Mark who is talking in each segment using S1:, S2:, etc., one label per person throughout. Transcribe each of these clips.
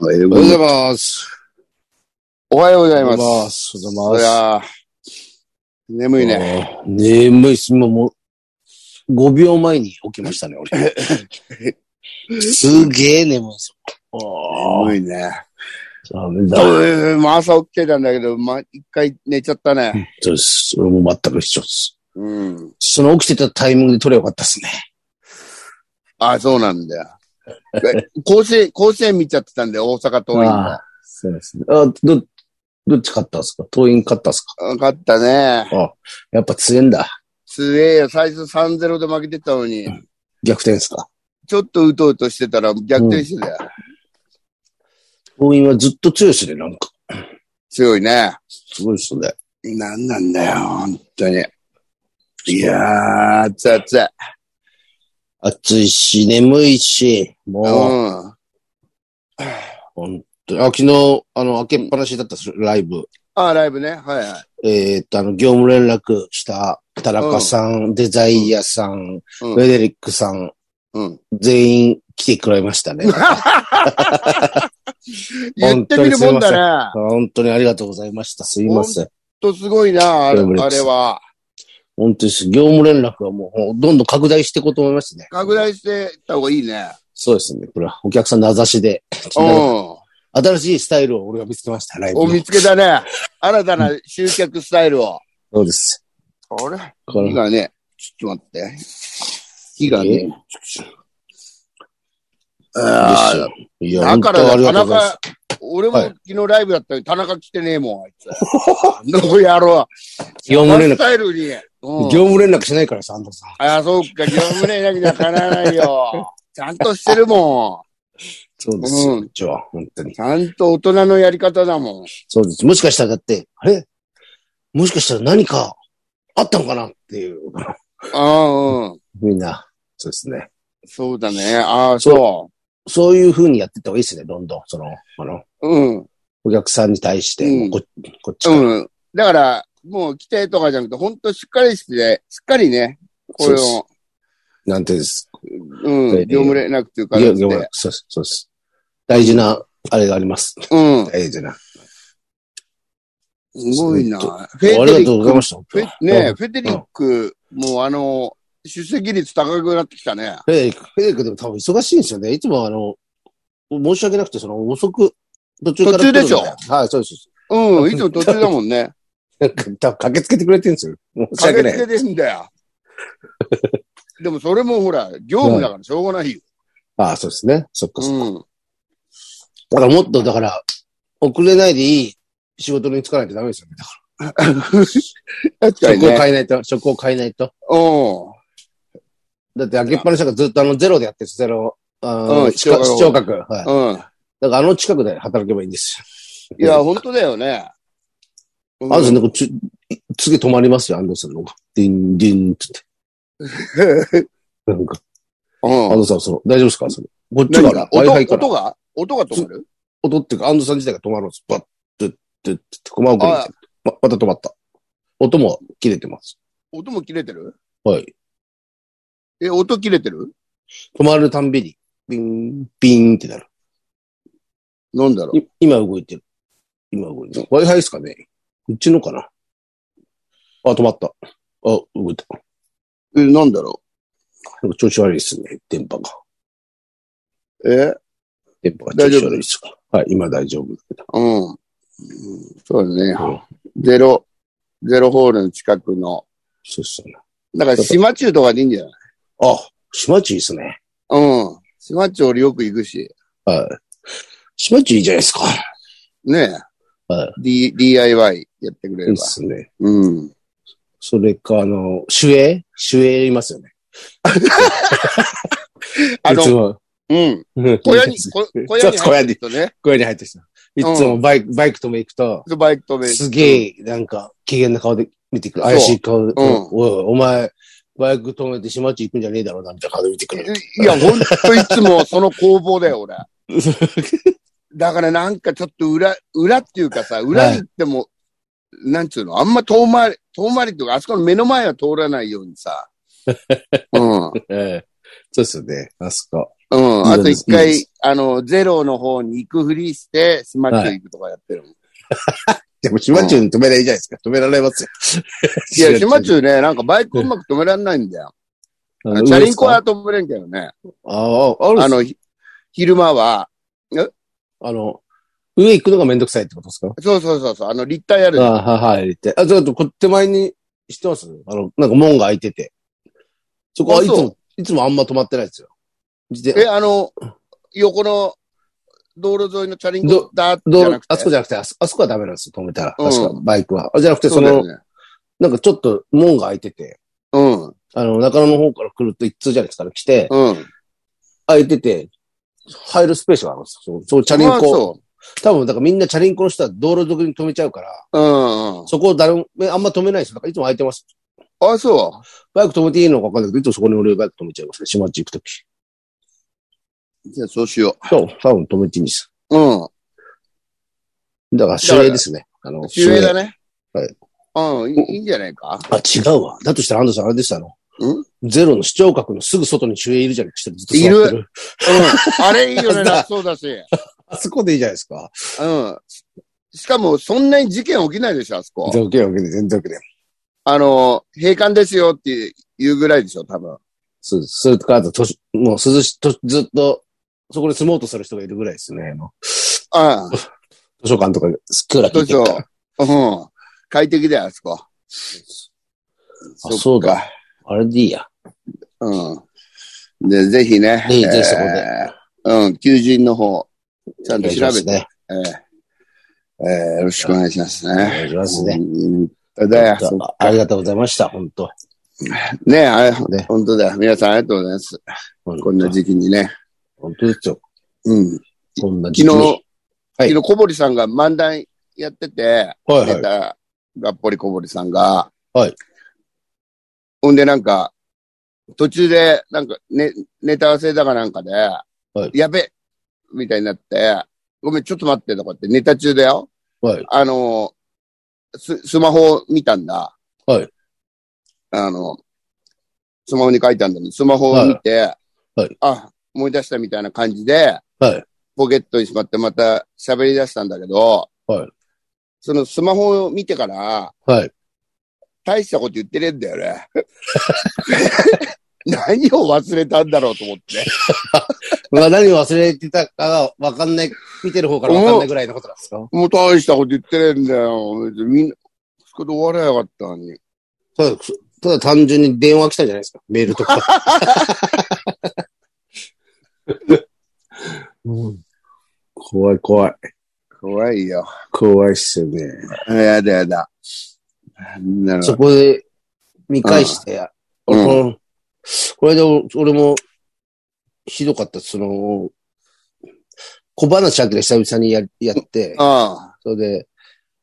S1: まあ、英
S2: お
S1: 語
S2: は
S1: で
S2: ようございます。おはようございます。
S3: おはようございますおはようご
S2: い
S3: ざい
S2: やー眠いね。
S3: ね。眠いっす。今もう、5秒前に起きました ね、俺。すげえ眠いっす。あ
S2: 眠いね。
S3: あ、ダメだ。本
S2: うんまあ朝起きてたんだけど、まあ、一回寝ちゃったね。
S3: 当です。俺も全く一緒です。
S2: うん。
S3: その起きてたタイミングで撮ればよかったっすね。
S2: あ、そうなんだよ。え甲子園、 甲子園見ちゃってたんで、大阪桐蔭
S3: ああ、そうですね。あど、どっち勝ったんすか党員勝ったんすか
S2: が。よかったね。
S3: やっぱ強えんだ。
S2: すげえよ。最初3-0で負けてたのに、
S3: 逆転っすか
S2: ちょっとうとうとしてたら逆転してたよ。
S3: 党員はずっと強いっすね、なんか。
S2: 強いね。
S3: すごいっすね。
S2: なんなんだよ、本当に。いやー、熱い熱い。
S3: 暑いし、眠いし、もう。
S2: うん。
S3: 本当にあ、昨日、あの、開けっぱなしだったっすライブ。
S2: あ、ライブね。はいはい。
S3: えーっと、あの、業務連絡した田中さん、デザイアさん、
S2: うん
S3: フェデリックさん、
S2: うん。
S3: 全員来てくれましたね。
S2: 言ってみるもんだね。
S3: 本当にありがとうございました。すいません。
S2: ほんとすごいな、あれ
S3: ブレブレ
S2: あれは。
S3: 本当です。業務連絡はもう、どんどん拡大していこうと思いましたね。
S2: 拡大していった方がいいね。
S3: そうですね。これは、お客さんの名指しで。
S2: う
S3: 新しいスタイルを俺が見つけました。ライ
S2: ん。お
S3: ブの。
S2: 見つけたね。新たな集客スタイルを。
S3: そうです。
S2: あれ
S3: これ
S2: 火がね、ちょっと待って。火がね。あー
S3: いや、
S2: だ
S3: 本
S2: か
S3: 当に
S2: ら、田
S3: ありがとうございます
S2: 中。、俺も
S3: はい
S2: 昨日ライブだったのに、田中来てねえもん、あい つ。あの野郎。
S3: 業務連
S2: ス
S3: 絡、
S2: タイルに。うん
S3: 業務連絡しないからさ、安藤さん。
S2: あ、そうか、業務連絡じゃかなわないよ。ちゃんとしてるも
S3: そ
S2: で
S3: うですす。
S2: よ
S3: うちは、本当に
S2: ん。。ちゃんと大人のやり方だもん。
S3: そうです。もしかしたらだって、あれもしかしたら何かあったのかなっていう。
S2: ああ、うん。
S3: みんな。そうですね。
S2: そうだね。ああ、そ
S3: そういう風にやってった方がいいですね、どんどん。その、あの、
S2: う。うん。
S3: お客さんに対して、
S2: うん
S3: ここっちから。
S2: うん。だから、もう来てとかじゃなくて、ほんとしっかりして、しっかりね、これ
S3: そ
S2: を、
S3: なんていうんです
S2: うん
S3: ええ、
S2: 業務連絡っていう
S3: か。
S2: か
S3: いや、
S2: ら
S3: いやそうです。そうです。大事な、あれがあります。
S2: うん。
S3: 大事な。
S2: すごいな。
S3: ちょ
S2: フ
S3: ありがとうござい
S2: ク
S3: ました。
S2: フ
S3: フ
S2: ェねえフェデリック、もうあの、出席率高くなってきたね。
S3: ェデリック、フェデリックでも多分忙しいんですよね。いつもあの、申し訳なくて、その、遅く、途中から来るん
S2: 途中でしょ
S3: はい、そうです。
S2: うん、いつも途中だもんね。
S3: なんか、多分駆けつけてくれてるんですよ。 申し
S2: 駆け
S3: 訳な
S2: つ
S3: い。
S2: けてんだよ。 でもそれもほら、業務だからしょうがないよ。
S3: ああ、そうですね。そっ かそっか
S2: うん。
S3: だからもっと、だから、遅れないでいい仕事に就かないとダメですよね。だか
S2: 確か
S3: ら
S2: に
S3: 職を
S2: ね。
S3: 変えないと、職を変えないと。
S2: うん。
S3: だって、開けっぱなしだからずっとあの、ゼロでやってるゼロ、あ
S2: う
S3: うんん、
S2: 視聴
S3: 近
S2: 覚
S3: く、視聴覚。はい。だか
S2: うん。
S3: ら、あの近くで働けばいいんです
S2: いや、本当だよね。
S3: よ。あずなんか、ちゅ次止まりますよ、安藤さん の方が。ディン、ディンって言って。なんか、
S2: うん。
S3: 安藤さん、その、大丈夫ですかそれ。こっち
S2: 何
S3: から、
S2: 音
S3: Wi-Fi から
S2: 音。が音が止まる
S3: 音っていうか、安藤さん自体が止まるんです。バッ、ドゥッ、ドゥッ、ドゥッ、コマ送りみたいな。ま、また止まった。音も切れてます。
S2: 音も切れてる
S3: はい。
S2: え、音切れてる
S3: 止まるたんびに、ビン、ビンってなる。
S2: なんだろう
S3: い今動いてる。今動いてる。Wi-Fi ですかねうちのかなあ、止まった。あ、動いた。
S2: え、なんだろ
S3: なんか調子悪いですね。電波が。
S2: うえ
S3: 電波が調子悪いですよはい、今大丈夫だけど。
S2: うん。うんそうだ
S3: う
S2: ね
S3: ん。
S2: ゼロ、ゼロホールの近くの。
S3: そうっすよね。
S2: だから島中とかでいいんじゃない
S3: あ、島地いいっすね。
S2: うん。島中俺よく行くし。
S3: はい。島地いいじゃないですか。
S2: ねえ。
S3: は
S2: D、DIY やってくれ
S3: いい
S2: れ
S3: っ
S2: ば。
S3: すね。
S2: うん。
S3: それか、あの、守衛守衛います よね。
S2: あ
S3: いつ
S2: の、
S3: も
S2: うん。
S3: うん
S2: 小屋に、こ小屋に
S3: そう小屋
S2: 入
S3: に
S2: るとね、
S3: 小屋に入ってきた。いつもバイク、バイク止め行くと、
S2: バイク止める。
S3: すげえ、なんか、機嫌な顔で見てくる。怪しい顔で、
S2: うん
S3: おいお前、バイク止めて島地行くんじゃねえだろうな、みたいな顔で見てくる。
S2: いや、ほんといつもその工房だよ、 俺。だからなんかちょっと裏、裏っていうかさ、裏に行っても、なんつうの、あんま遠回り、遠回りっていうか、あそこの目の 前は通らないようにさ。うん。
S3: ええそうですよね、あそこ。
S2: うん。あと一
S3: いいで
S2: 回
S3: す、
S2: あの、ゼロの方に行くふりして、スマッチュ行くとかやってるもん。
S3: でも、島中に止めりゃいいじゃないですか。止められますよ。
S2: い や、島中ね、なんかバイクうまく止められないんだよ。
S3: あ
S2: チャリンコは止めれんけどね。
S3: ああ、ある
S2: あ
S3: あの、
S2: の、ひ昼間は、
S3: あの、上行くのがめんどくさいってことですか
S2: そうそうそう、そうあの、立体ある
S3: ああ、はい、はい、って。あ、ちょっと、こっ手前に、知ってますあの、なんか門が開いてて。そこは
S2: あ
S3: いつ
S2: そう
S3: も、いつもあんま止まってないですよ。自
S2: え、
S3: 転
S2: あの、横の道路沿いのチャリンコ
S3: ど
S2: だー
S3: 道
S2: じゃな
S3: 路
S2: くて。
S3: あそこじゃなくてあそ、あそこはダメなんですよ、止めたら。
S2: うん
S3: 確か、バイクは。あじゃなくて、そ
S2: そうだよ
S3: の、
S2: ね。
S3: なんかちょっと門が開いてて、
S2: うん、
S3: あの、中野の方から来ると一通じゃないですか、来て、
S2: うん。
S3: 開いてて、入るスペースがあるんですよ。そう、そうチャリン
S2: まあ
S3: コ。
S2: そ
S3: 多分、だからみんなチャリンコの人は道路沿いに止めちゃうから、
S2: う。うん、うん。
S3: そこを誰も、えあんま止めないですよ。だからいつも開いてます。
S2: あ、そ
S3: バイク止めていいのか分かんないけど、いつもそこに俺バイク止めちゃいますね。島地行くとき。
S2: う。じゃあそうしよ
S3: そう、多分止めていいんです。
S2: う。うん。
S3: だから、守衛ですね。あの、
S2: 主演だね。。
S3: はい
S2: うん、いいいいんじゃないか。
S3: 守衛あ、違うわ。だとしたら、安藤さん、あれです、あの、ゼロの視聴覚のすぐ外に守衛いるじゃないですか。ずっと座ってる。
S2: うん。あれいいよ ね、
S3: だ
S2: 楽そうだし。
S3: あそこでいいじゃないですか。
S2: うん。しかも、そんなに事件起きないでしょ、あそこ。
S3: 全然 OK、OK、全然 OK で。
S2: あの、閉館ですよって言うぐらいでしょ、多分。
S3: そうです。それとか、あと、年もう涼し、とずっと、そこで住もうとする人がいるぐらいですね。あの
S2: あ
S3: 図書館とか、クーラー聞いてるから。
S2: あ、うん。快適だよ、あそこ。
S3: あ、そうだ。あれでいいや。
S2: うん。で、ぜひね。
S3: ぜひぜひそこで
S2: えーうん、求人の方、ちゃんと調べて、
S3: ね。
S2: えーえーよろしくお願いします
S3: お
S2: ね。
S3: 願いしますね。
S2: うんだよ。
S3: あありがとうございました、本当
S2: ねえ、あれ
S3: ね
S2: 本当だよ。皆さんありがとうございます。こんな時期にね。
S3: 本当ですよ。
S2: うん。
S3: こんな時
S2: 昨
S3: 期
S2: 日、
S3: に。はい
S2: 昨日小堀さんが漫談やってて、
S3: はいは
S2: ネ
S3: い。
S2: タ、がっぽり小堀さんが。
S3: はい。
S2: ほんでなんか、途中で、なんか、ね、ネタ合わせだかなんかで、
S3: い
S2: やべみたいになって、ごめん、ちょっと待ってとかって、ネタ中だよ。
S3: はい。
S2: あの、す、スマホを見たんだ。
S3: はい。
S2: あの、スマホに書いてあるんだけど、スマホを見て、
S3: はい
S2: あ、思い出したみたいな感じで、
S3: はい。
S2: ポケットにしまってまた喋り出したんだけど、
S3: はい
S2: そのスマホを見てから、
S3: はい。
S2: 大したこと言ってねえんだよ ね。 何を忘れたんだろうと思って。
S3: まあ何を忘れてたかがわかんない、見てる方からわかんないぐらいのことなんですか
S2: もう大したこと言ってねえんだよ。みんな、そこで終わらなかったのに。
S3: ただ、ただ単純に電話来たんじゃないですかメールとか。 うん怖い怖い。
S2: 怖いよ。
S3: 怖いっすよね。
S2: あやだやだ。なるほ
S3: そ
S2: ど。
S3: こで見返して、
S2: うん
S3: 俺このこれで俺俺もひどかった、その、小話あきら久々にややって、
S2: ああ。
S3: それで、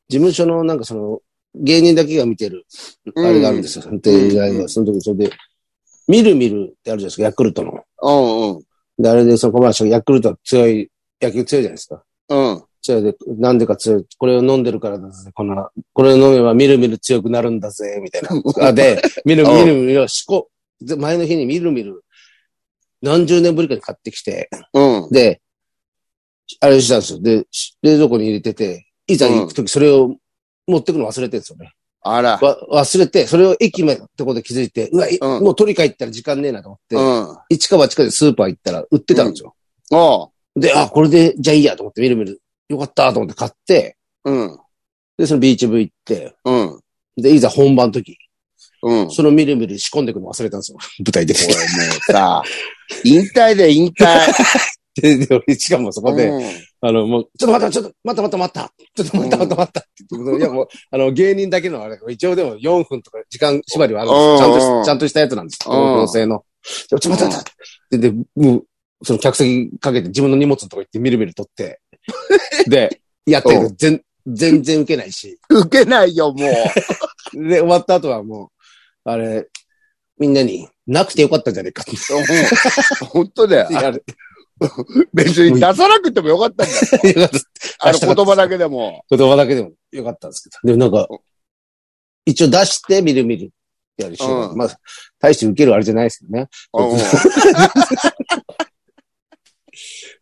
S3: 事務所のなんかその、芸人だけが見てる、あ
S2: うん
S3: れがあるんですよ。で、依頼
S2: う
S3: が
S2: ん
S3: その時、それで、みるみるってあるじゃないですか、ヤクルトの。
S2: うんうん。
S3: で、あれでその小林がヤクルトは強い、野球強いじゃないですか。
S2: うん。
S3: 強いで、なんでか強い、これを飲んでるからだぜ、こんな、これを飲めばみるみる強くなるんだぜ、みたいな。あで、みる
S2: うん
S3: みるみるをしこ、で前の日にみるみる、何十年ぶりかに買ってきて、
S2: うん。
S3: で、あれしたんですよ。で、し冷蔵庫に入れてて、いざ行くときそれを持ってくの忘れてるんですよね。
S2: あら。
S3: わ忘れて、それを駅までってことで気づいて、うわ、い
S2: うん
S3: もう取り帰ったら時間ねえなと思って、
S2: うん。
S3: 一か八かでスーパー行ったら売ってたんですよ。
S2: おう。
S3: で、あ、これで、じゃあいいやと思って、みるみる、よかったと思って買って、
S2: うん。
S3: で、そのビーチ部行って、
S2: うん。
S3: で、いざ本番の時、
S2: うん。
S3: そのみるみる仕込んでくの忘れたんですよ。 舞台出て
S2: おい
S3: きて。
S2: もうさ、 引退で引退。
S3: でで俺しかもそこで、
S2: うん
S3: あの、もう、ちょっと待った、ちょっと、待った、待った、待った、ちょっと待った、
S2: うん
S3: 待った、待ったって言って、いや、もう、あの、芸人だけのあれ、一応でも4分とか時間縛りはあるんです
S2: うん
S3: ちゃん
S2: うん
S3: とし、ちゃんとしたやつなんです。
S2: うん
S3: 構成の。ちょっと待った、待ったって。で、でもう、その客席かけて自分の荷物のとこ行ってみるみる取 って、で、やって
S2: う
S3: る全、全然受けないし。
S2: 受けないよ、もう。
S3: で、終わった後はもう、あれ、みんなに、なくてよかったんじゃねえかって
S2: うん本当だ
S3: 言
S2: よ。
S3: われて。
S2: 別に出さなくてもよかったんだよ。
S3: よかった
S2: あの言葉だけでも。
S3: 言葉だけでもよかったんですけど。でもなんか
S2: う、
S3: 一応出してみるみるやるし、
S2: うん
S3: まあ、大して受けるあれじゃないですけどね。
S2: うん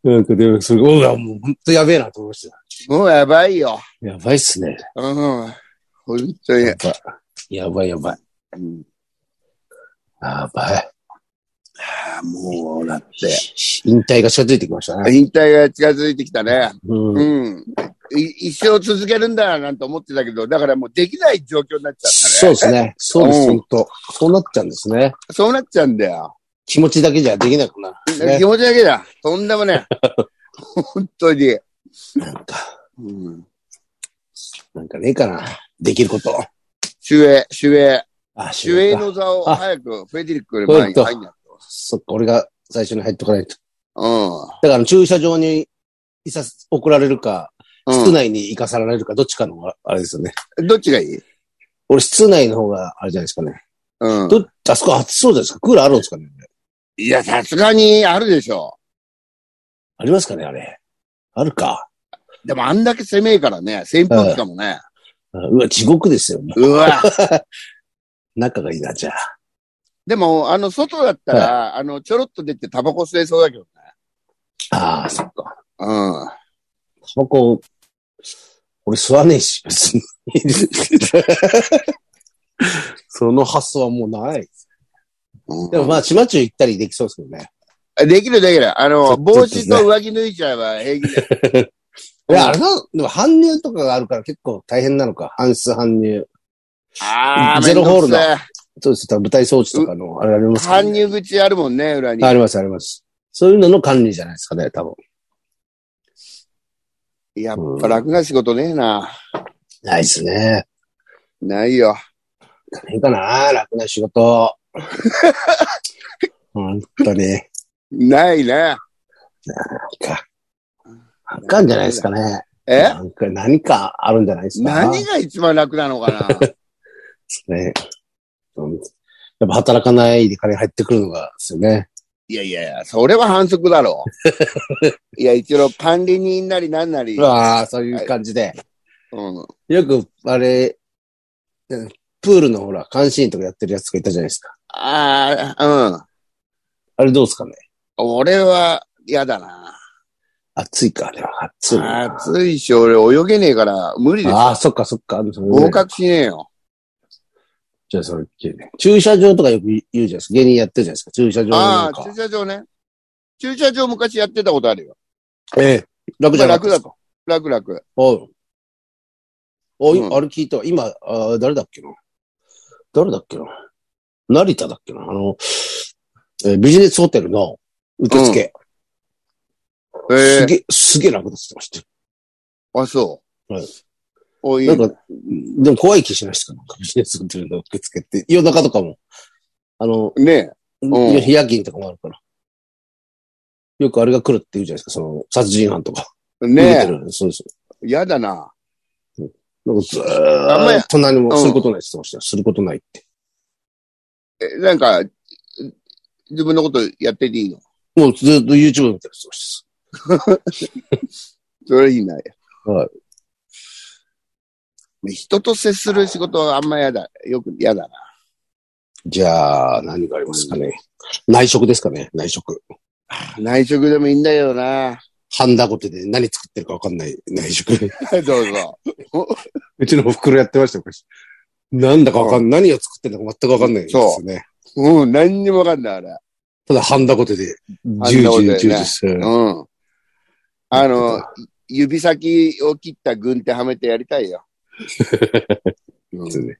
S3: なんかでも、それ、うわ、もう本当やべえなと思いました。
S2: もうやばいよ。
S3: やばいっすね。
S2: うん。本当に
S3: や。ばい。やばいやばい。
S2: うん
S3: やばい。
S2: ああもう、だって。
S3: 引退が近づいてきましたね。
S2: 引退が近づいてきたね。
S3: うん
S2: う。ん。い一生続けるんだなんて思ってたけど、だからもうできない状況になっちゃった
S3: そ
S2: ね。
S3: うですね。そうです、
S2: うん
S3: 本当そうなっちゃうんですね。
S2: そうなっちゃうんだよ。
S3: 気持ちだけじゃできなくなる、ね
S2: 気。持ちだけだ。とんでもね。本当に。
S3: なんか、
S2: うん。
S3: なんかねえかな。できること。
S2: 主衛、主衛、
S3: あ、
S2: 主衛
S3: か。
S2: の座を
S3: あ
S2: 早くフェデリックより前に入んないと。
S3: そっか、俺が最初に入っとかないと。
S2: う
S3: だから駐車場にいさす、送られるか、
S2: ん。
S3: 室内に行かされるか、どっちかの方が、あれですよね。
S2: うん。どっちがいい
S3: 俺、室内の方が、あれじゃないですかね。
S2: うん。
S3: ど、あそこ暑そうじゃないですか。クーラーあるんですかね。
S2: いや、さすがにあるでしょ
S3: ありますかね、あれ。あるか。
S2: う。でもあんだけ狭いからね、扇風機かもね。
S3: うわ、地獄ですよね。
S2: うわ。
S3: 仲がいいな、じゃあ。
S2: でも、あの、外だったら、あの、ちょろっと出てタバコ吸えそうだけどね。
S3: ああ、そっか。
S2: うん。
S3: タバコ、俺吸わねえし、別に。その発想はもうない。でもまあ、ちまちゅ行ったりできそうですけどね。
S2: できるできる。あ
S3: ちょ
S2: の、
S3: っと
S2: 帽子と上着脱いちゃえば平気だよ。
S3: いや、あれな、でも搬入とかがあるから結構大変なのか。搬出搬入。
S2: あー
S3: ゼロホール
S2: めんど
S3: だ
S2: くせ
S3: そうです。舞台装置とかの、あれあります
S2: え
S3: か、
S2: 搬入口あるもんね、裏に
S3: あ。あります、あります。そういうのの管理じゃないですかね、多分。
S2: やっぱ楽な仕事ねえな。
S3: ないですね。
S2: ないよ。
S3: 大変かな楽な仕 事。本当に。
S2: ないね。
S3: あかんじゃないですかね。
S2: え
S3: なんか何かあるんじゃないですか。
S2: 何が一番楽なのか な
S3: ね。うんやっぱ働かないで金入ってくるのがですよね。
S2: いやいやいや、それは反則だ ろう。いや、一応管理人なりなんなり。うん。
S3: ああ、そういう感じで。
S2: うん
S3: よく、あれ、うんプールのほら、監視員とかやってるやつがいたじゃないですか。
S2: ああ、うん。
S3: あれどうですかね
S2: 俺は嫌だな。
S3: 暑いか、あれは。暑いな。
S2: 暑いし、俺泳げねえから無理です。
S3: ああ、そっかそっか。あのそれね
S2: 合格しねえよ。
S3: じゃあそれ、駐車場とかよく言うじゃないですか。芸人やってるじゃないですか。駐車場
S2: あ
S3: なん
S2: あ、駐
S3: か。
S2: 車場ね。駐車場昔やってたことあるよ。
S3: ええ。楽じゃなかったですか。
S2: 楽々。
S3: おう。おい、
S2: うん
S3: あれ聞いたわ。今、あー誰だっけな誰だっけな成田だっけなあの、えービジネスホテルの受付。
S2: え
S3: す
S2: え
S3: げえ、すげえ楽だって言ってまし
S2: あ、そう。
S3: はい
S2: おい
S3: た。なんか、でも怖い気しました。なんかビジネスホテルの受付って。夜中とかも。あの、
S2: ねえ。ん
S3: 夜勤とかもあるから。よくあれが来るって言うじゃないですか。その、殺人犯とか。
S2: ね
S3: え。そうです。
S2: え。嫌だな。
S3: なんかず
S2: あんま
S3: ー
S2: り
S3: っと何も
S2: うん
S3: することないって言ってましたよ。することないって。
S2: えなんか、自分のことやってていいの
S3: もうずーっと YouTube 見てるって言ってました。
S2: それいいな。。
S3: はい
S2: 人と接する仕事はあんま嫌だ。よく嫌だな。
S3: じゃあ、何がありますかね。内職ですかね、内職。
S2: 内職でもいいんだけどな。
S3: ハンダゴテで何作ってるかわかんない内職。
S2: どうぞ。
S3: うちのお袋やってましたよ、昔なんだかわかんない。何を作ってるのか全くわかんないですよね。
S2: うん、何にもわかんない、あれ。
S3: ただ、ハンダゴテで、10時、
S2: ハンダ
S3: 10
S2: ゴテ
S3: 時
S2: ね
S3: ですよね。
S2: うん。あの、指先を切った軍手はめてやりたい よ。うん
S3: ですよね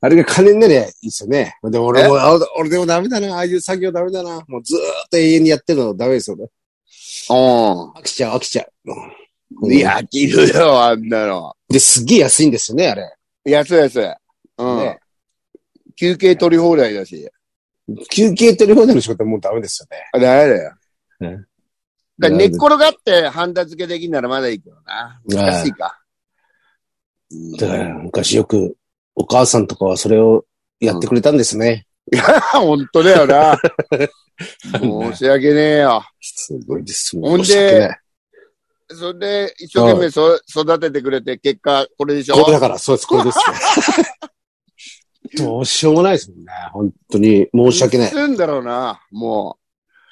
S3: あれが金になりゃいいですよね。でも俺も、あ俺でもダメだな。ああいう作業ダメだな。もうずーっと永遠にやってるのダメですよね。
S2: う
S3: 飽きちゃう、飽きちゃう。うん
S2: ん。いや、切るよ、あんなの。
S3: で、すっげえ安いんですよね、あれ。
S2: 安い安い。うん。
S3: ね
S2: 休憩取り放題だし。
S3: 休憩取り放題の仕事はもうダメですよね。
S2: あれあれだよ。
S3: ね
S2: だから寝っ転がってハンダ付けできんならまだいいけどな。難しいか。うん
S3: だから昔よくお母さんとかはそれをやってくれたんですね。
S2: 本当だよ な。申し訳ねえよ。
S3: すごいです。
S2: ほんで
S3: 申し訳ない
S2: それで、一生懸命そ育ててくれて、結果、これでしょ
S3: これだから、そうです、これ です。どうしようもないですもんね。本当に申し訳ない。
S2: すんだろうな、も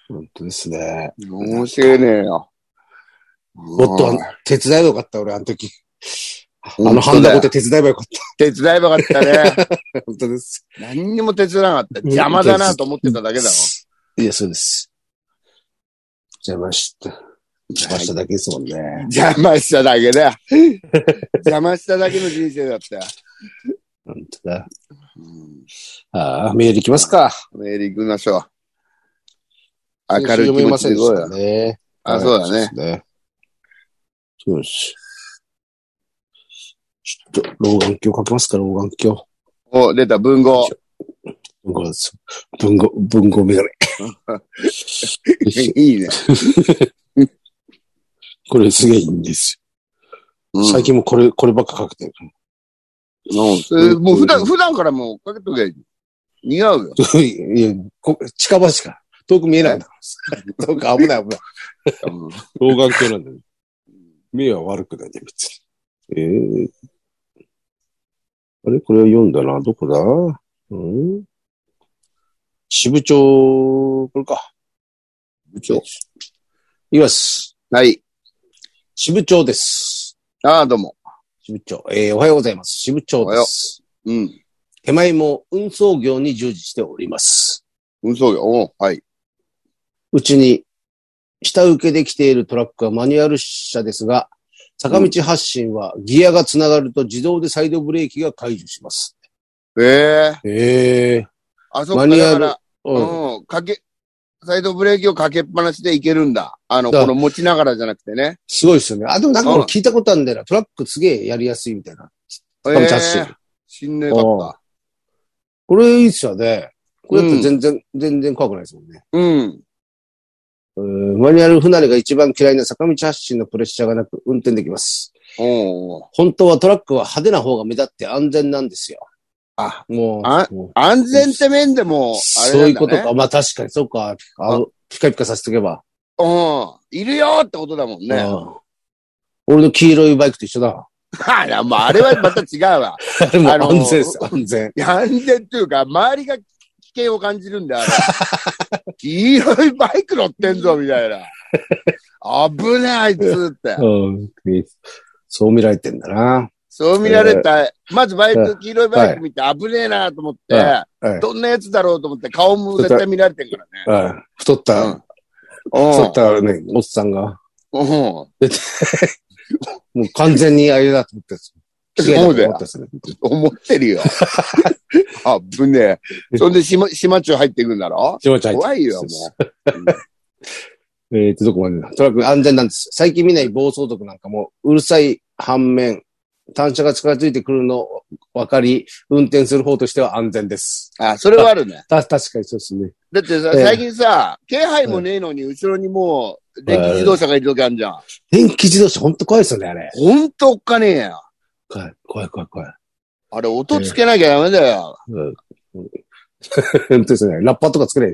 S3: 本当ですね。
S2: 面白いねえよ。
S3: もっとあ
S2: う
S3: の
S2: わ
S3: 手伝えばよかった、俺、あの時。あ
S2: 本当だよ
S3: のハンダごと手伝えばよかっ
S2: 手伝えばよかったね。
S3: た。本当です。
S2: 何にも手伝わなかった。邪魔だなと思ってただけだろ。
S3: いや、そうです。邪魔した。邪魔しただけですもんね。
S2: 邪魔しただけだ。邪魔しただけの人生だったよ。
S3: 本当だ。
S2: うん
S3: ああ、メールいきますか。
S2: メール行きましょう。明るい気持ちでいこうよ。
S3: 読めませんでしたね。
S2: あ、そうだね。
S3: ね。そうです。ちょっと、老眼鏡かけますか、老眼鏡。
S2: お、出た、文豪。
S3: 文豪です。文豪、文 豪メガネ。
S2: いいね。
S3: これすげえいいんです
S2: う
S3: よ。
S2: ん
S3: 最近もこれ、こればっかかけてる。
S2: うんえーもう普段、普段からもうかけとけばいい。似合うよ。
S3: いや、こ近場しか。遠く見え ないんだから。遠く危ない危ない。老眼鏡なんだよ。目は悪くないね、別に。ええあれこれを読んだな。どこだうん支部長、これか。
S2: 部長。
S3: います。
S2: はい。
S3: 支部長です。
S2: ああ、どうも。
S3: 支部長。えー、おはようございます。支部長
S2: おは
S3: で
S2: よ
S3: す。
S2: うん。
S3: 手前も運送業に従事しております。
S2: うん、そうよ。おうはい。
S3: うちに、下請けで来ているトラックはマニュアル車ですが、坂道発進はギアがつながると自動でサイドブレーキが解除します。
S2: ええ
S3: へえ。
S2: あそこ
S3: マ
S2: か
S3: ニュア
S2: だ
S3: ル
S2: から、
S3: うん。
S2: うん、かけ、サイドブレーキをかけっぱなしでいけるんだ。あの、
S3: だ
S2: この持ちながらじゃなくてね。
S3: すごいですよね。あ、でもなんか
S2: うん
S3: 俺聞いたことあるんだよな。トラックすげえやりやすいみたいな。
S2: え
S3: 坂道発進。
S2: えしんどいか
S3: うん
S2: っ
S3: これいいっすよね。これだと全然、全然怖くないですもんね。
S2: た。うん。
S3: えーマニュアル不慣れが一番嫌いな坂道発進のプレッシャーがなく運転できます。
S2: おうおう
S3: 本当はトラックは派手な方が目立って安全なんですよ。
S2: あ、
S3: もう。
S2: あ
S3: もう
S2: 安全って面でも、あ
S3: そう
S2: れ
S3: い
S2: な
S3: う
S2: ん
S3: こ
S2: だ
S3: と
S2: ね。
S3: か。まあ確かに、そうか。ピカあピカピカさせとけば。
S2: うん。いるよってことだもんね。
S3: うん俺の黄色いバイクと一緒だ。
S2: はいや、まあ、あれはまた違うわ。
S3: あれも
S2: あのー
S3: 安全です、安全。
S2: いや安全っていうか、周りが危険を感じるん だよ、あれ。黄色いバイク乗ってんぞ、みたいな。危ねえ、あいつって。
S3: うんいいそう見られてんだな。
S2: そう見られた、まずバイ
S3: は
S2: ク、黄色いバイク見て危ねえなと思って、
S3: ははい
S2: どんなやつだろうと思って、顔も絶対見られてるからね。
S3: はい太った、
S2: うん
S3: 太ったね、おっさんが。
S2: うん。うん。
S3: もう完全にあれだと思ってです。
S2: そうだよ
S3: 危険と思ったんですね
S2: 思って るよ。危ねえ。そんで島、島町入っていくんだろ
S3: しまちゃん
S2: 怖いよ、も
S3: えー、と、どこまでだトラック安全なんです。最近見ない暴走族なんかも、うるさい反面、単車が近づいてくるのを分かり、運転する方としては安全です。
S2: う。あ、それはある ね。
S3: た、確かにそうですね。
S2: だってさ、
S3: ええ
S2: 最近さ、気配もねえのに、後ろにもう、電気自動車がいる時あるじゃん。
S3: 電気自動車ほんと怖いですよね、あれ。
S2: ほんとおっかねえよ。
S3: 怖い、怖い、怖い、怖い。
S2: あれ、音つけなきゃダメだよ。
S3: うん。 本当ですね。ラッパとか作れ。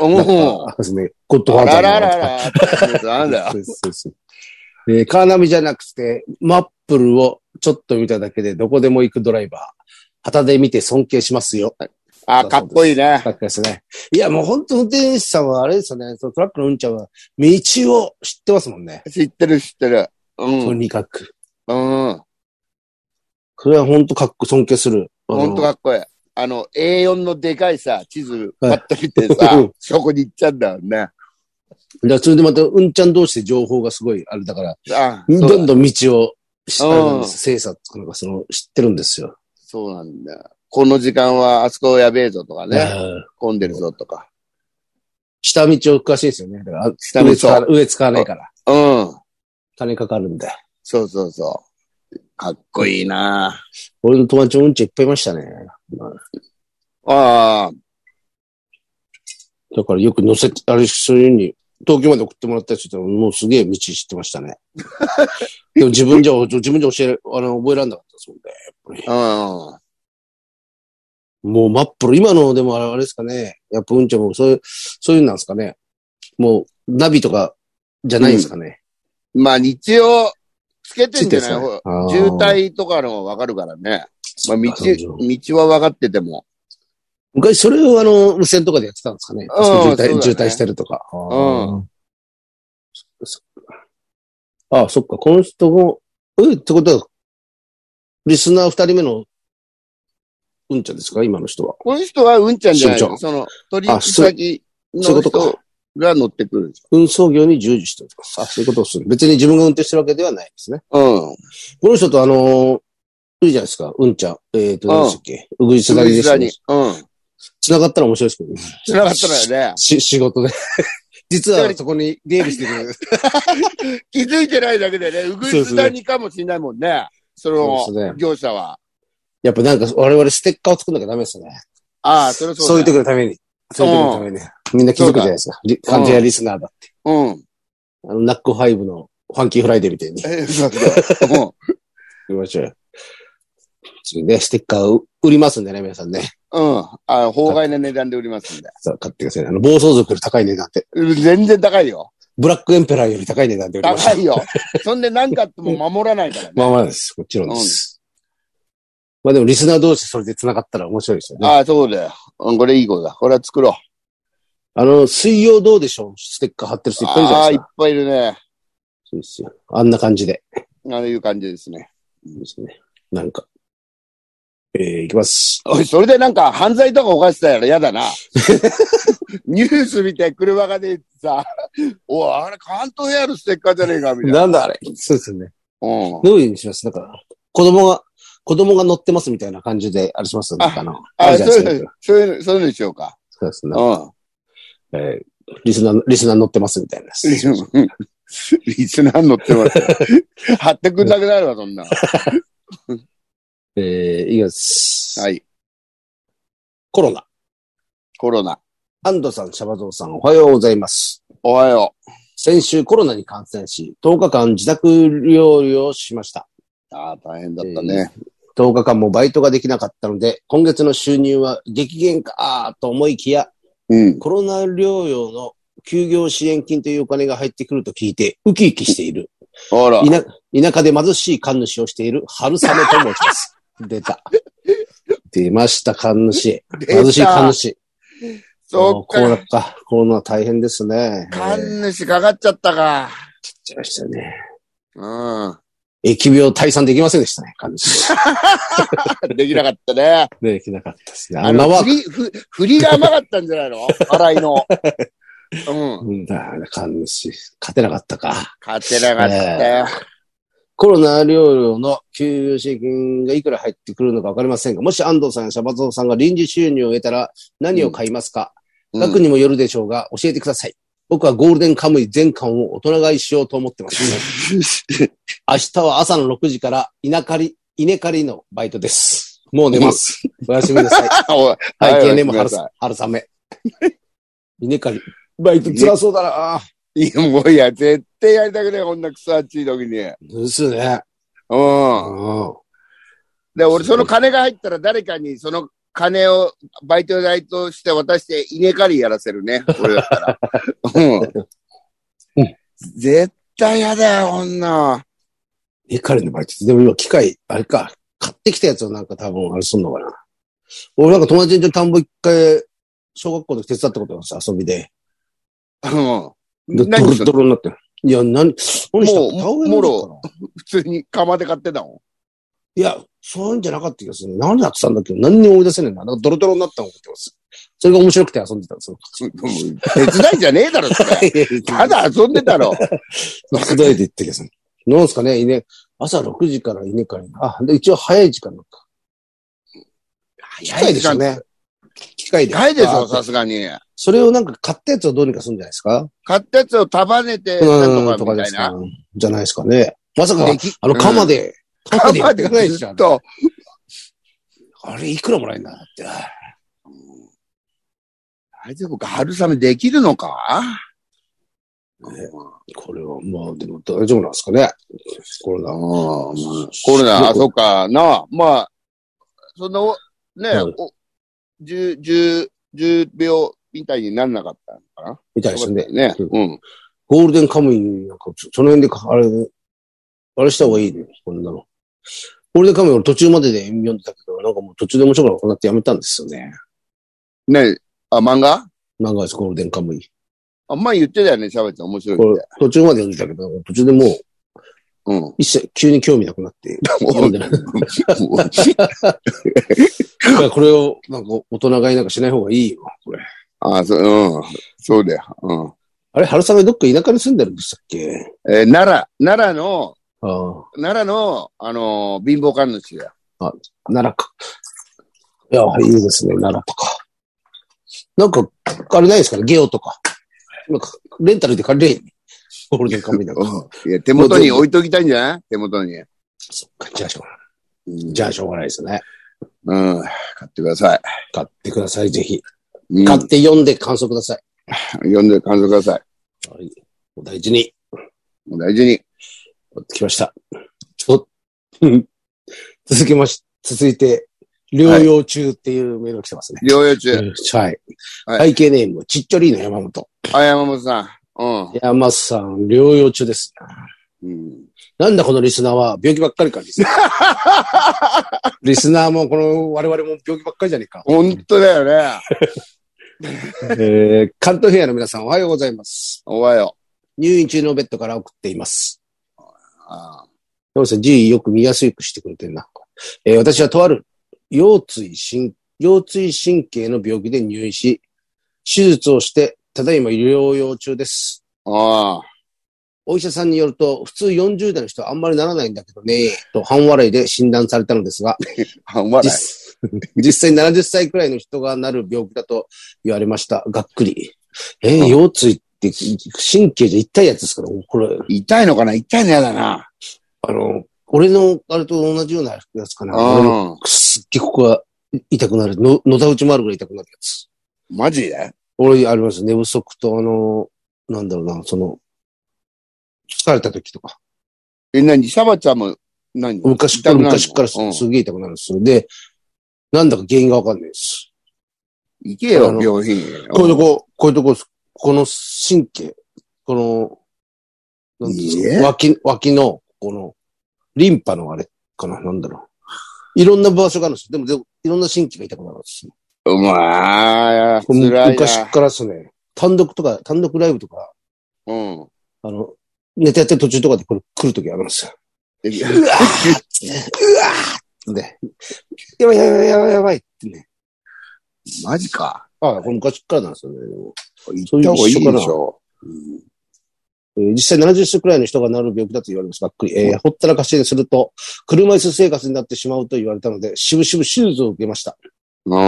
S2: うん。
S3: あですね。ゴッドファ
S2: あ
S3: ーザ
S2: らら
S3: ー
S2: らら。なんだよ
S3: そ。うですそうですえーカーナビじゃなくて、マップルをちょっと見ただけでどこでも行くドライバー。旗で見て尊敬しますよ。
S2: あ、かっこいいね。
S3: かっこいいですね。いや、もう本当運転手さんはあれですよね。そのトラックのうんちゃんは道を知ってますもんね。
S2: 知ってる知ってる。う
S3: と
S2: ん。
S3: にかく。
S2: うん。
S3: それは本当かっこ尊敬する。
S2: ほんとかっこいい。あの、A4 のでかいさ、地図、パ
S3: はい
S2: ッと見てさ、そこに行っちゃうんだよね。
S3: だからそれでまた、うんちゃん同士で情報がすごいあれだから、
S2: あ、そう
S3: ど
S2: だ
S3: んどん道を知
S2: うん
S3: あの精査とかなんかその知ってるんですよ。
S2: そうなんだよ。この時間はあそこやべえぞとかね、
S3: うん
S2: 混んでるぞとか。
S3: 下道を詳しいですよね。だから
S2: 下道
S3: 上使わ上使わないから。
S2: うん。
S3: 金かかるんで。
S2: そうそうそう。かっこいいな
S3: 俺の友達もうんちいっぱいいましたね。
S2: ああ、
S3: だからよく乗せて、あれ、そういうふうに、東京まで送ってもらった人ってもうすげえ道知ってました ね。でも自分じゃ、自分じゃ教える、あの、覚えられなかったですもんね。
S2: うん。
S3: もうマップル、今のでもあれですかね。やっぱうんちゃんもそういう、そういうのなんですかね。もう、ナビとかじゃないんですかね。
S2: まあ、日曜、つけてんじゃ
S3: つい
S2: な
S3: て
S2: い
S3: ん
S2: ほ
S3: すあー
S2: ら渋滞とかのわかるからね。まあ、道、
S3: そうそう
S2: 道は分かってても。
S3: 昔、それをあの、無線とかでやってたんですかね。
S2: うん
S3: その
S2: そうだ
S3: 渋
S2: ね
S3: 滞、渋滞してるとか。あ
S2: う
S3: ーそっかあ、そっか、この人も、え、ってことは、リスナー二人目の、うんちゃんですか今の人は。
S2: この人はうんちゃんじゃない
S3: しんちゃ
S2: の
S3: ん
S2: その、取引先
S3: そうい
S2: の
S3: うこと
S2: 人
S3: か
S2: が乗ってくるんです
S3: 運送業に従事しております。あ、そういうことをする。別に自分が運転してるわけではないですね。
S2: よ。
S3: この人とあのーいいじゃないですか。うんちゃん。えっ、と、
S2: うん
S3: 何でしたっけ。うぐいす
S2: うん。
S3: だりでした
S2: に
S3: ね。。
S2: うん。
S3: 繋がったら面白いですけどね。
S2: 繋がったのよね。
S3: し、仕事で。実はそこに出入りしてる。
S2: 気づいてないだけでね、うぐいす谷かもしれないもんね。そ
S3: そうです
S2: の
S3: ね
S2: 業者は。
S3: やっぱなんか我々ステッカーを作んなきゃダメですね。
S2: ああ、それは
S3: そう
S2: そ
S3: いうう
S2: だ。
S3: 時のために。そういう時のために。みんな気づくじゃないですか。リ
S2: うん
S3: ファンジアリスナーだって。
S2: うん。
S3: あの、ナックファイブのファンキーフライデーみたいに。
S2: えそうだ。うん。
S3: 行きましょうよ。次ね、ステッカーを売りますんでね、皆さんね。
S2: うん。あ法外な値段で売りますんで。
S3: さあ買ってくださいね。あの、暴走族より高い値段で。
S2: うん全然高いよ。
S3: ブラックエンペラーより高い値段で売ります
S2: 高い よ。そんで何かあっても守らないからね。
S3: まあまあです。もちろんです。まあでも、リスナー同士それで繋がったら面白いですよね。あ
S2: ああ、そうだよ。うん、これいいことだ。これは作ろう。
S3: の、水曜どうでしょうステッカー貼ってる人いっぱいいるじゃ
S2: あ
S3: な
S2: あ、
S3: い
S2: い
S3: で
S2: っ
S3: すか。
S2: ぱいいるね。
S3: そうですよ。あんな感じで。
S2: ああいう感じですね。
S3: いいですね。なんか。えー、いきます。
S2: おい、それでなんか犯罪とか犯したら嫌だな。 ニュース見て車が出てさ、 おい、あれ関東ヘアのステッカーじゃねえか、みたいな。
S3: なんだあれそうですよね。
S2: うん。
S3: どういうにしますなんか、子供が、子供が乗ってますみたいな感じで、あれしますなんかあの、あ
S2: あ
S3: る
S2: あ、
S3: じゃな
S2: そう
S3: い
S2: い
S3: です
S2: う
S3: か。
S2: の、そういうの、そういうのにしようか。
S3: そうです
S2: う
S3: ね。
S2: ん。
S3: えー、リスナー、リスナー乗ってますみたいなやつ。
S2: うんリスナーに乗ってます。貼って くんなくなるわ、そんな。
S3: えー、いきます。
S2: はい。
S3: コロナ。
S2: コロナ。
S3: 安藤さん、シャバゾウさん、おはようございます。
S2: おはよ
S3: 先週コロナに感染し、10日間自宅療養をしました。
S2: う。ああ、大変だったね。
S3: 10日間もバイトができなかったので、今月の収入は激減か、と思いきや、
S2: うん。
S3: コロナ療養の休業支援金というお金が入ってくると聞いて、ウキウキしている。
S2: ほら。
S3: 田田舎で貧しい神主をしている春雨と申し ます。出た。出ました、神主。
S2: 出
S3: 貧しい神
S2: た。
S3: 主。
S2: そっ
S3: コロナ
S2: か。
S3: か。コロナ大変ですね。えー
S2: 神主かかっちゃったか。
S3: ちゃいましたね。
S2: う
S3: 疫病退散できませんでしたね、神主。
S2: ん。できなかったね。
S3: できなかったですね。
S2: あ
S3: 穴
S2: の、
S3: は
S2: 振、り、ふ振りが甘かったんじゃないの 笑いの。うん。
S3: うんだ、神主。勝てなかったか。
S2: 勝てなかったよ。
S3: コロナ療養の給与支援金がいくら入ってくるのかわかりませんが、もし安藤さんやシャバゾウさんが臨時収入を得たら何を買いますか、額
S2: うん
S3: にもよるでしょうが、教えてください。僕はゴールデンカムイ全巻を大人買いしようと思ってます、明日は朝の6時から稲刈り、稲刈りのバイトです。もう寝ます。おやすみなさい。
S2: おい
S3: はい、
S2: はい
S3: 経年も
S2: おや
S3: 春
S2: すみなさ、
S3: 春雨。稲刈り。バイト辛そうだな。
S2: いや、もういや、絶対やりたくない、こんな草暑い時に。う
S3: ですね。
S2: ん。
S3: うん。
S2: で、俺、その金が入ったら誰かにその金をバイト代として渡して稲刈りやらせるね。俺だったら。う。
S3: うん
S2: 絶対やだよ、こんな。
S3: え、彼のバイトってでも今機械、あれか、買ってきたやつをなんか多分あれすんのかな。俺なんか友達に田んぼ一回、小学校の時手伝ったことがあるんですよ遊びで。
S2: う
S3: で
S2: ん。何
S3: ドロ
S2: そ
S3: ドロになってる。いや、何、何した
S2: もう
S3: 田植えの時
S2: もろ
S3: かな
S2: 普通に釜で買ってたの
S3: いや、そういうんじゃなかった気がする。何やってたんだっけ何にも思い出せねえな。なんかドロドロになったのを覚えてます。それが面白くて遊んでたんですよ。
S2: 手伝いじゃねえだろ、それ。 ただ遊んでたろ。
S3: くどいて言ってください。なんすかね、稲、朝6時から稲刈り。あ、で、一応早い時間なんか。機械でしょうね。機械で。
S2: 早いでし
S3: あ
S2: ょ、
S3: ー
S2: さすがに。
S3: それをなんか買ったやつをどうにかするんじゃないですか
S2: 買ったやつを束ねて、な
S3: うんん、
S2: と
S3: と
S2: かみ
S3: かで
S2: たい
S3: す
S2: な
S3: か。。じゃないですかね。まさか、
S2: でき
S3: あの、鎌で、鎌でや
S2: 釜
S3: って
S2: で
S3: かないでし
S2: ず
S3: ょ
S2: っ。と。
S3: あれ、いくらもらえるんだって。
S2: 大丈夫か春雨できるのか
S3: これは、まあ、でも大丈夫なんですかね。コロ
S2: ああ、
S3: ナ。
S2: コロナ、あそっか、なあ、まあ、そんなお、ね、
S3: はい
S2: お、十、十、十秒みたいになんなかったのかな
S3: みたいですね。
S2: ね。
S3: うん
S2: うん。
S3: ゴールデンカムイなんか、そその辺でか、あれ、あれした方がいいね、こんなの。ゴールデンカムイ俺途中までで読んでたけど、なんかもう途中で面白くなくなってやめたんですよね。
S2: ね、あ、漫画
S3: 漫画です、ゴールデンカムイ。
S2: あんま言ってたよね、喋って面白いって
S3: これ、途中まで読んでたけど、途中でもう、
S2: うん。
S3: 一切、急に興味なくなって、読んでない。だ
S2: もう
S3: からこれを、なんか、大人買いなんかしない方がいいよ、これ。
S2: あ、そう、うん。そうだよ。うん。
S3: あれ、春雨どっか田舎に住んでるんでしたっけ
S2: えー奈良、奈良の、
S3: ああ、
S2: 奈良の、あのー貧乏官主だよ。
S3: 奈良か。いや、いいですね、奈良とか。なんか、あれないですかね、ゲオとか。なんか、レンタルで借りれん。ゴールデンカムイなんか。
S2: いや、手元に置いときたいんじゃない手元に。
S3: そっか、じゃあしょうがない。
S2: うん
S3: じゃあしょうがないですね。
S2: うん。買ってください。
S3: 買ってください、ぜひ。
S2: うん、
S3: 買って読んで感想ください。
S2: 読んで感想ください。
S3: はい、お大事に。
S2: お大事に。
S3: 来ました。ちょっと、うん続きまし、続いて、療養中っていうメールが来てますね。
S2: 療養中。
S3: はい。
S2: は
S3: 背景ネーム、ちっちょりーの山本。
S2: あ、山本さん。
S3: 山さん、療養中です。
S2: うん。うん。
S3: なんだこのリスナーは、病気ばっかりか、リスナー。 リスナーも、この、我々も病気ばっかりじゃねえか。
S2: 本当だよね。
S3: えー、関東平野の皆さん、おはようございます。
S2: おはよ
S3: 入院中のベッドから送っています。
S2: う。あ
S3: 山本さん、字よく見やすくしてくれてるな。えー私はとある腰椎神、腰椎神経の病気で入院し、手術をして、ただいま療養中です。
S2: ああ。
S3: お医者さんによると、普通40代の人はあんまりならないんだけどね、と半笑いで診断されたのですが、
S2: 半笑い。
S3: 実 実際70歳くらいの人がなる病気だと言われました。がっくり。えー
S2: うん
S3: 腰椎って神経じゃ痛いやつですから、これ、
S2: 痛いのかな痛いの嫌だな。
S3: あの、俺のあれと同じようなやつかな。俺の
S2: うん。
S3: すっげえここが痛くなる。の、のたうちもあるぐらい痛くなるやつ。
S2: マジで
S3: 俺、あります。寝不足と、あの、なんだろうな、その、疲れた時とか。
S2: え、何シャバちゃんも、何
S3: 昔
S2: 痛
S3: から、
S2: くなるの
S3: 昔からす
S2: うん
S3: すげえ痛くなるんですよ。で、なんだか原因がわかんないです。
S2: 行けよ
S3: あ、の
S2: 病院。
S3: こういうとこ、こういうとこ、この神経、この、なんていうんです
S2: いいえ
S3: か、脇、脇の、この、リンパのあれかな、なんだろう。いろんな場所があるんですよ。でも、でもいろんな神経が痛くなるんですよ。
S2: うまー、辛いな。
S3: 昔からですね、単独とか、単独ライブとか、
S2: うん。
S3: あの、ネタやってる途中とかでこれ来るときあるんですよ。
S2: え
S3: うわーってね、うわーってね、やばいやばいやばいやばいってね。
S2: マジか。
S3: ああ、これ昔からなんですよね。
S2: 行った方がいいでしょ。
S3: えー実際70歳くらいの人がなる病気だと言われます。がっくり。えーほったらかしにすると、車椅子生活になってしまうと言われたので、しぶしぶ手術を受けました。
S2: うん。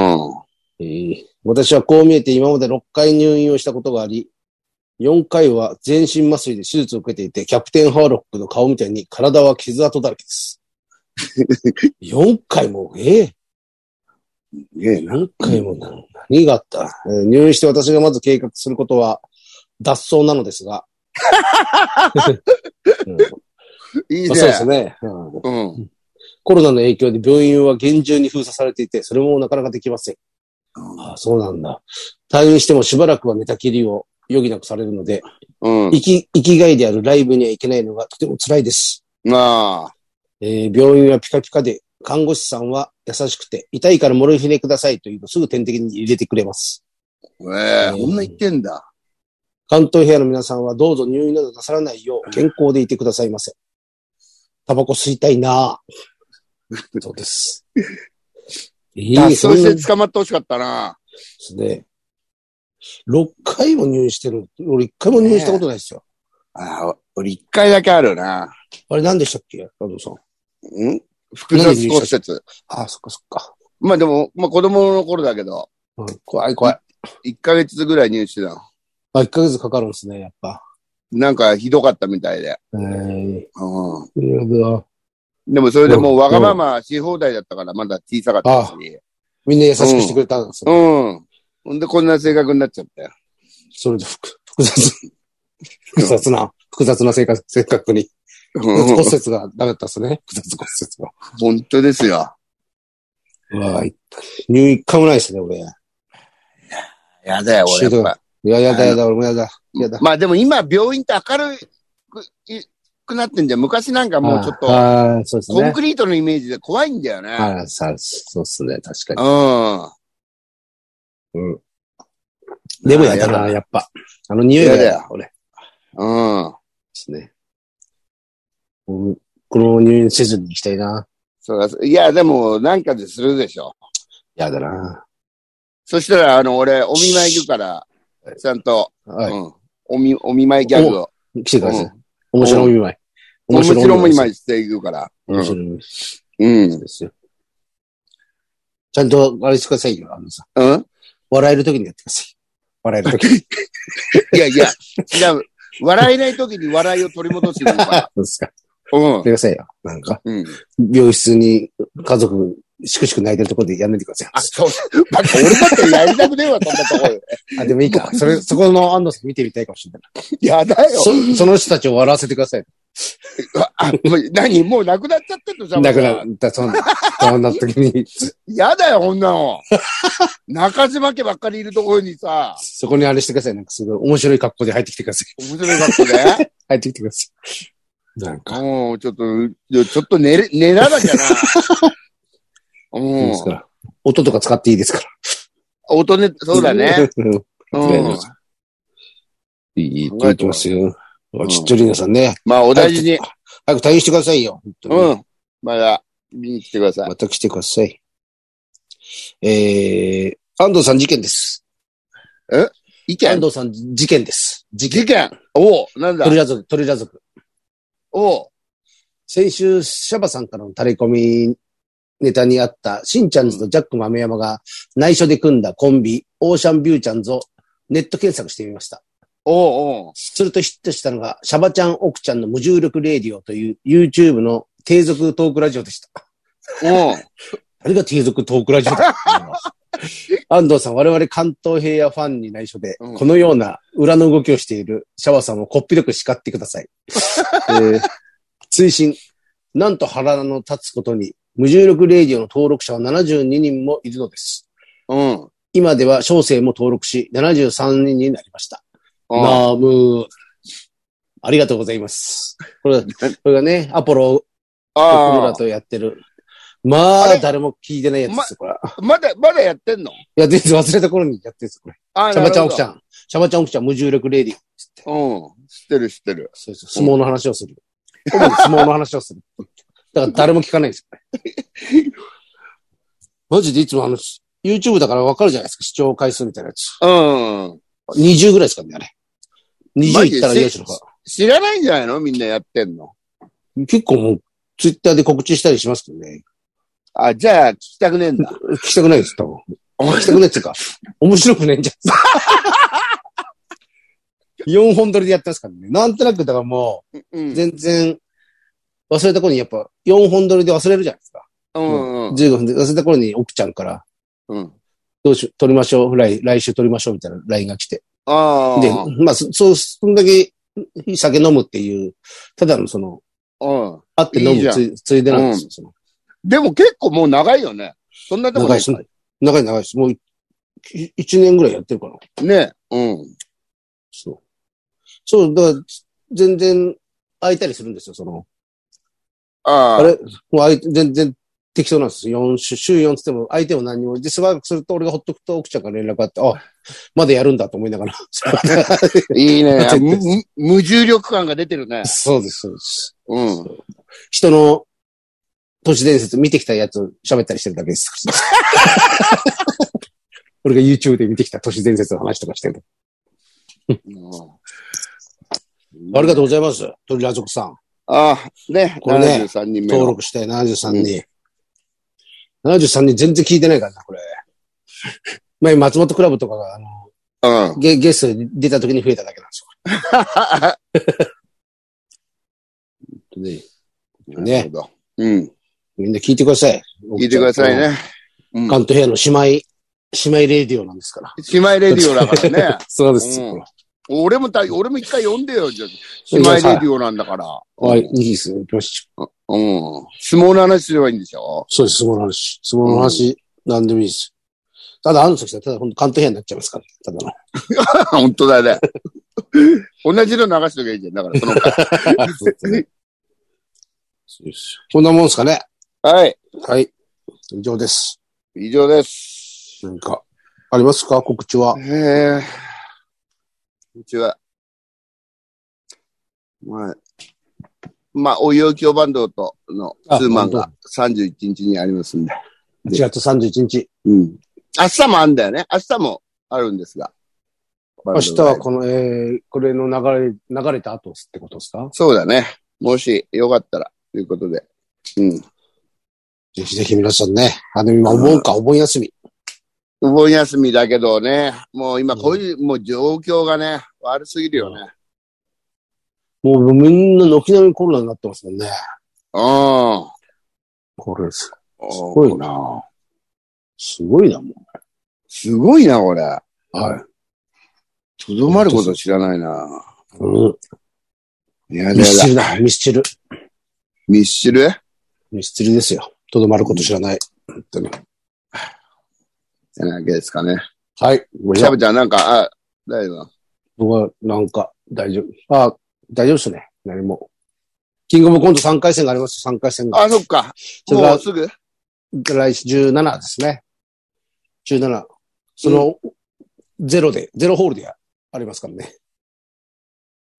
S3: えー私はこう見えて今まで6回入院をしたことがあり、4回は全身麻酔で手術を受けていて、キャプテンハーロックの顔みたいに体は傷跡だらけ です。4回も、ええ
S2: ねえな。
S3: 何回もな何があった、えー入院して私がまず計画することは、脱走なのです が。うん
S2: いい
S3: ま
S2: ね
S3: あ。そうですね、うん
S2: うん。
S3: コロナの影響で病院は厳重に封鎖されていて、それもなかなかできません。ああそうなんだ。退院してもしばらくは寝たきりを余儀なくされるので、
S2: うん。
S3: 生き、生きがいであるライブには行けないのがとても辛いです。
S2: まあ、
S3: えー病院はピカピカで、看護師さんは優しくて、痛いからもろいひねくださいというとすぐ点滴に入れてくれます。
S2: ええ、こんな言ってんだ。
S3: 関東部屋の皆さんはどうぞ入院などなさらないよう健康でいてくださいませ。タバコ吸いたい なぁ。そうです。いい
S2: 脱走
S3: そんな
S2: し
S3: で
S2: て捕まってほしかったな。
S3: すね。6回も入院してる。俺1回も入院したことないですよ。
S2: ああ、俺一回だけあるな。
S3: あれ何でしたっけ安藤さん。
S2: ん複雑骨折。
S3: ああ、そっかそっか。
S2: まあでも、まあ子供の頃だけど、
S3: うん怖い怖い。
S2: 一ヶ月ぐらい入院してたの。
S3: あ、1ヶ月かかるんですね、やっぱ。
S2: なんかひどかったみたいで。
S3: ええ
S2: うん。
S3: ー。
S2: でもそれでもうわがままし放題だったから、まだ小さかったし。
S3: みんな優しくしてくれたんです
S2: う
S3: よ。
S2: ん。ほんでこんな性格になっちゃったよ。
S3: それで複複雑。複雑な、複雑な性格性格に。
S2: うん
S3: 骨折がダメだったですね。 複雑骨
S2: 本当ですよ。
S3: 折が。はい。入院一回もないですね、俺。い
S2: やだよ、俺やっぱ。
S3: や、やだやだ、俺もやだ。やだ。
S2: まあでも今病院って明るくいくなってんじゃん。昔なんかもうちょっと、
S3: ああ、そうです
S2: コン
S3: ね。
S2: クリートのイメージで怖いんだよね。
S3: ああ、さそうですね、確かに。
S2: うん。
S3: うん。でもやだな、やっぱ。あの匂いが
S2: や
S3: や
S2: だ
S3: だ、俺。で
S2: うん。
S3: すね。うんこの入院せずに行きたいな。
S2: そうだそういや、でも、なんかでするでしょ。
S3: やだな。
S2: そしたら、あの、俺、お見舞い行くから、ちゃんと、
S3: は
S2: うん。お見、お見舞いギャグを。
S3: い。来てくださ
S2: う
S3: い。面白いお見舞い。
S2: 面白いも
S3: 舞い
S2: 今していくから。う
S3: 面
S2: ん。
S3: 白いお見舞い
S2: うん。
S3: ですよ。ちゃんと、あれしてくださいよ。あのさ、
S2: うん
S3: 笑えるときにやってください。笑えるときに。
S2: いやいや、違う。笑えない時に笑いを取り戻していくか
S3: そうですか。や
S2: ら。うん
S3: ってくださいよ。なんか、。
S2: うん。
S3: 病室に家族、しくしく泣いてるところでやんないでください。
S2: あ、そう。バカ俺だってやりたくねえわ、そんなところ。
S3: あ、でもいいか。それ、そこの安藤さん見てみたいかもしれない。
S2: やだよ。
S3: そその人たちを笑わせてください。
S2: あ、もう何もうなくなっちゃってんのじゃ
S3: だから、だそんな、そんな時に、
S2: やだよ、こんなの。中島家ばっかりいるところにさ、
S3: そこにあれしてください。なんかすごい面白い格好で入ってきてください。
S2: 面白い学校ね。
S3: 入ってきてください。なんか、
S2: うん、ちょっと、ちょっと寝れ、寝らなきゃな。
S3: いいです
S2: う
S3: か
S2: ん。
S3: ら。音とか使っていいですから。
S2: 音ね、そうだね。。う
S3: 大丈夫
S2: ん
S3: です。いい、いい、言ってますよ。
S2: ん
S3: ちっちゃりなさんね。
S2: まあ、お大事に。
S3: 早く退院してくださいよ。
S2: う
S3: 本
S2: ん。まだ、見に来てくだ
S3: 当
S2: さ
S3: に
S2: い。
S3: また来てください。えー、安藤さん事件です。
S2: 意
S3: 安
S2: 見
S3: 藤さん事件です。事
S2: 事。件おう、なんだ
S3: トリラ族、トリラ族。
S2: おう。
S3: 先週、シャバさんからのタレコミネタにあった、しんちゃんズとジャック豆山が内緒で組んだコンビ、オーシャンビューちゃんズをネット検索してみました。
S2: おう、おう。
S3: するとヒットしたのが、シャバちゃん、奥ちゃんの無重力レディオという YouTube の低俗トークラジオでした。
S2: おう。
S3: あれが低俗トークラジオだ。 安藤さん、我々関東平野ファンに内緒で、
S2: うん
S3: このような裏の動きをしているシャワさんをこっぴどく叱ってくださ い。えー追伸、なんと腹の立つことに、無重力レディオの登録者は72人もいるのです。
S2: うん。
S3: 今では小生も登録し、73人になりました。
S2: うん。
S3: ナームー。ありがとうございます。こ れ、これがね、アポロ、僕
S2: あ
S3: ら
S2: あ。
S3: とやってる。ま
S2: あ
S3: あ、
S2: れ
S3: 誰も聞いてないやつですよ、これ。
S2: まだ、まだやってんの
S3: いや、全然忘れた頃にやってるんですよ、これ。
S2: あ
S3: シャバちゃん、奥ち
S2: ちゃ
S3: ゃん。シャバちゃん、奥ちゃん、無重力レディ。
S2: ん。うん。知ってる、知ってる。
S3: そうそう、相撲の話をする。主に相撲の話をする。だから誰も聞かないんですよ、これ。マジでいつもあの、YouTube だからわかるじゃないですか、視聴回数みたいなやつ。
S2: うん。
S3: 20ぐらいですかね、あれ。
S2: マ
S3: 20
S2: ジ
S3: い
S2: で
S3: ったらよしのか。
S2: 知らないんじゃないのみんなやってんの。
S3: 結構もう、ツイッターで告知したりしますけどね。
S2: あ、じゃあ、聞きたくねえんだ。
S3: 聞きたくないです、多分。聞きたくないっていうか、面白くないんじ ゃん。4本撮りでやってますからね。なんとなく、だからもう、
S2: うん。
S3: 全然、忘れた頃にやっぱ4本撮りで忘れるじゃないですか。
S2: うんうん。
S3: 15分で忘れた頃に奥ちゃんから、
S2: うん。
S3: どうしよう、撮りましょう、来、来週撮りましょうみたいな LINE が来て。
S2: ああ。
S3: で、まあ、そそう、そんだけ酒飲むっていう、ただのその、
S2: うん。
S3: 会って飲
S2: いいじゃ
S3: む
S2: ん
S3: ついついでなんですよ。その
S2: でも結構もう長いよね。そんなとこ
S3: 長いです。長い長いです。もういい1年ぐらいやってるかな。
S2: ね。うん。
S3: そう。そう、だから、全然、会いたりするんですよ、その。
S2: ああ。
S3: あれもう相手全然適当なんですよ。4週、週4つっても相手も何にも。で、しばらくすると俺がほっとくと奥ちゃんから連絡があって、あ、まだやるんだと思いながら。
S2: いいね
S3: 絶対
S2: むむ無重力感が出てるね。
S3: そうです、そうです。
S2: うん。
S3: 人の都市伝説見てきたやつを喋ったりしてるだけです。俺が YouTube で見てきた都市伝説の話とかしてる。ありがとうございます。鳥ラ族さん。
S2: ああ、ね。
S3: これね
S2: 73人目
S3: 登
S2: の。
S3: 録して、73人。73人全然聞いてないからな、これ。 前、松本クラブとかが、あの、
S2: うん。
S3: ゲゲストに出た時に増えただけなんですよ。ね、 ね
S2: なるほど。うん。
S3: みんな聞いてください。
S2: 聞いてください。ね。うん
S3: 関東平野の姉妹、姉妹レディオなんですから。
S2: 姉妹レディオだからね。
S3: そうです。
S2: うん俺もた、俺も一回呼んでよ、じゃあ姉
S3: は
S2: 妹
S3: い
S2: レディオなんだから。
S3: はい、いいですよ。行きましょう
S2: うん。相撲の話すればいいんでしょ
S3: そうです、相撲の話。相撲の話、何でもいいです。ただ、あの時は、ただ、ほんと関東平野になっちゃいますから。ただの。
S2: 本当だね。 同じの流しとけばいいじゃん。だから、その 回。
S3: そうですねそうですこんなもんですかね。
S2: はい。
S3: はい。以上です。
S2: 以上です。
S3: なんか、ありますか告知は。
S2: へえ。こんにちは。まあ、まあ、おいおいきおバンドとのツーマン
S3: あ
S2: が31日にありますんで。
S3: 1月31日。
S2: うん。明日もあるんだよね。明日もあるんですが。
S3: 明
S2: 明
S3: 日はこの、えー、これの流れ、流れた後ってことですか
S2: そうだね。もしよかったら、ということで。うん。
S3: ぜひぜひ皆さんね、あの、今、お盆か、お盆休み。
S2: お盆休みだけどね、もう今こういう、もう状況がね、悪すぎるよね。
S3: もうみんな軒並みコロナになってますもんね。
S2: うん。す
S3: これす。すごい。なすごいな、も
S2: すごいな、これ。
S3: う。はい。
S2: とどまること知らないな。
S3: うん。
S2: いやだ
S3: ミス
S2: や
S3: チ
S2: だ。
S3: ルだ、ミスチル。
S2: ミッシル
S3: ミスチルですよ。とどまること知らない。本当に。
S2: じゃなきゃですかね。
S3: はい。
S2: キャブちゃんなんか、あ、大丈夫
S3: 僕は、なんか、大丈夫。あ、大丈夫っすね。何も。キングオブコント3回戦があります。3回戦が。
S2: あ、そっか。
S3: それ
S2: も
S3: が
S2: うすぐ
S3: 来週17ですね。17。その、ゼロで、ゼロホールでやありますからね。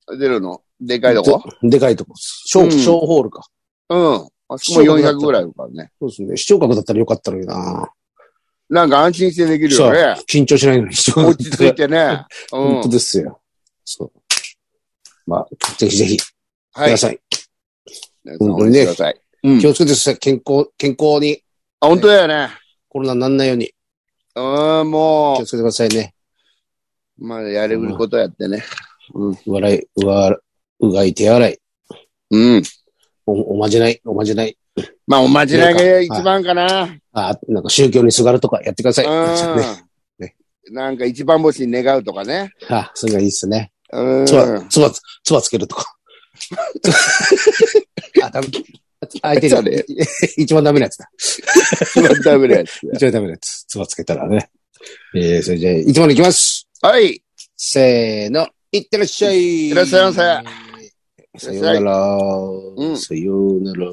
S2: 出るのでかいとこ
S3: でかいとこです。小、
S2: うん
S3: 小ホールか。
S2: うん。あそこも400ぐらいあるからね。
S3: そうですね。視聴覚だったらよかったのにな
S2: なんか安心してできるよね。
S3: 緊張しないのに視聴
S2: 落
S3: 覚
S2: ち
S3: だっ
S2: 着
S3: たら
S2: いてね。うん
S3: 本当。ですよ。そう。まあ、ぜひぜひ、
S2: は
S3: 皆
S2: い。
S3: さん、
S2: 皆さんお待ちください。うん
S3: 気をつけてください。健康、健康に、
S2: あ、本当だよね。
S3: コロナにならないように、
S2: うん、も
S3: 気をつけてくださいね。
S2: う、まあ、やれることやってね。
S3: 笑い、うわ、うがい、手洗い、
S2: うん。
S3: お、おまじない、おまじない。
S2: まあ、おまじないが一番かな。
S3: あ、なんか宗教にすがるとかやってください。ね
S2: うん。なんか一番星に願うとかね。
S3: あ、それがいいっすね。
S2: うん。
S3: つば、つば、つばつけるとか。 あ、ダメ。相手
S2: そ
S3: が
S2: れ、
S3: 一番ダメなやつだ。
S2: 一番ダメなやつ。
S3: 一番ダメなやつ。つばつけたらね。えー、それじゃあ、いつもの行きます。
S2: はい。
S3: せーの。いってらっしゃい。
S2: いってらっしゃいま
S3: さようなら。
S2: うん
S3: さようなら。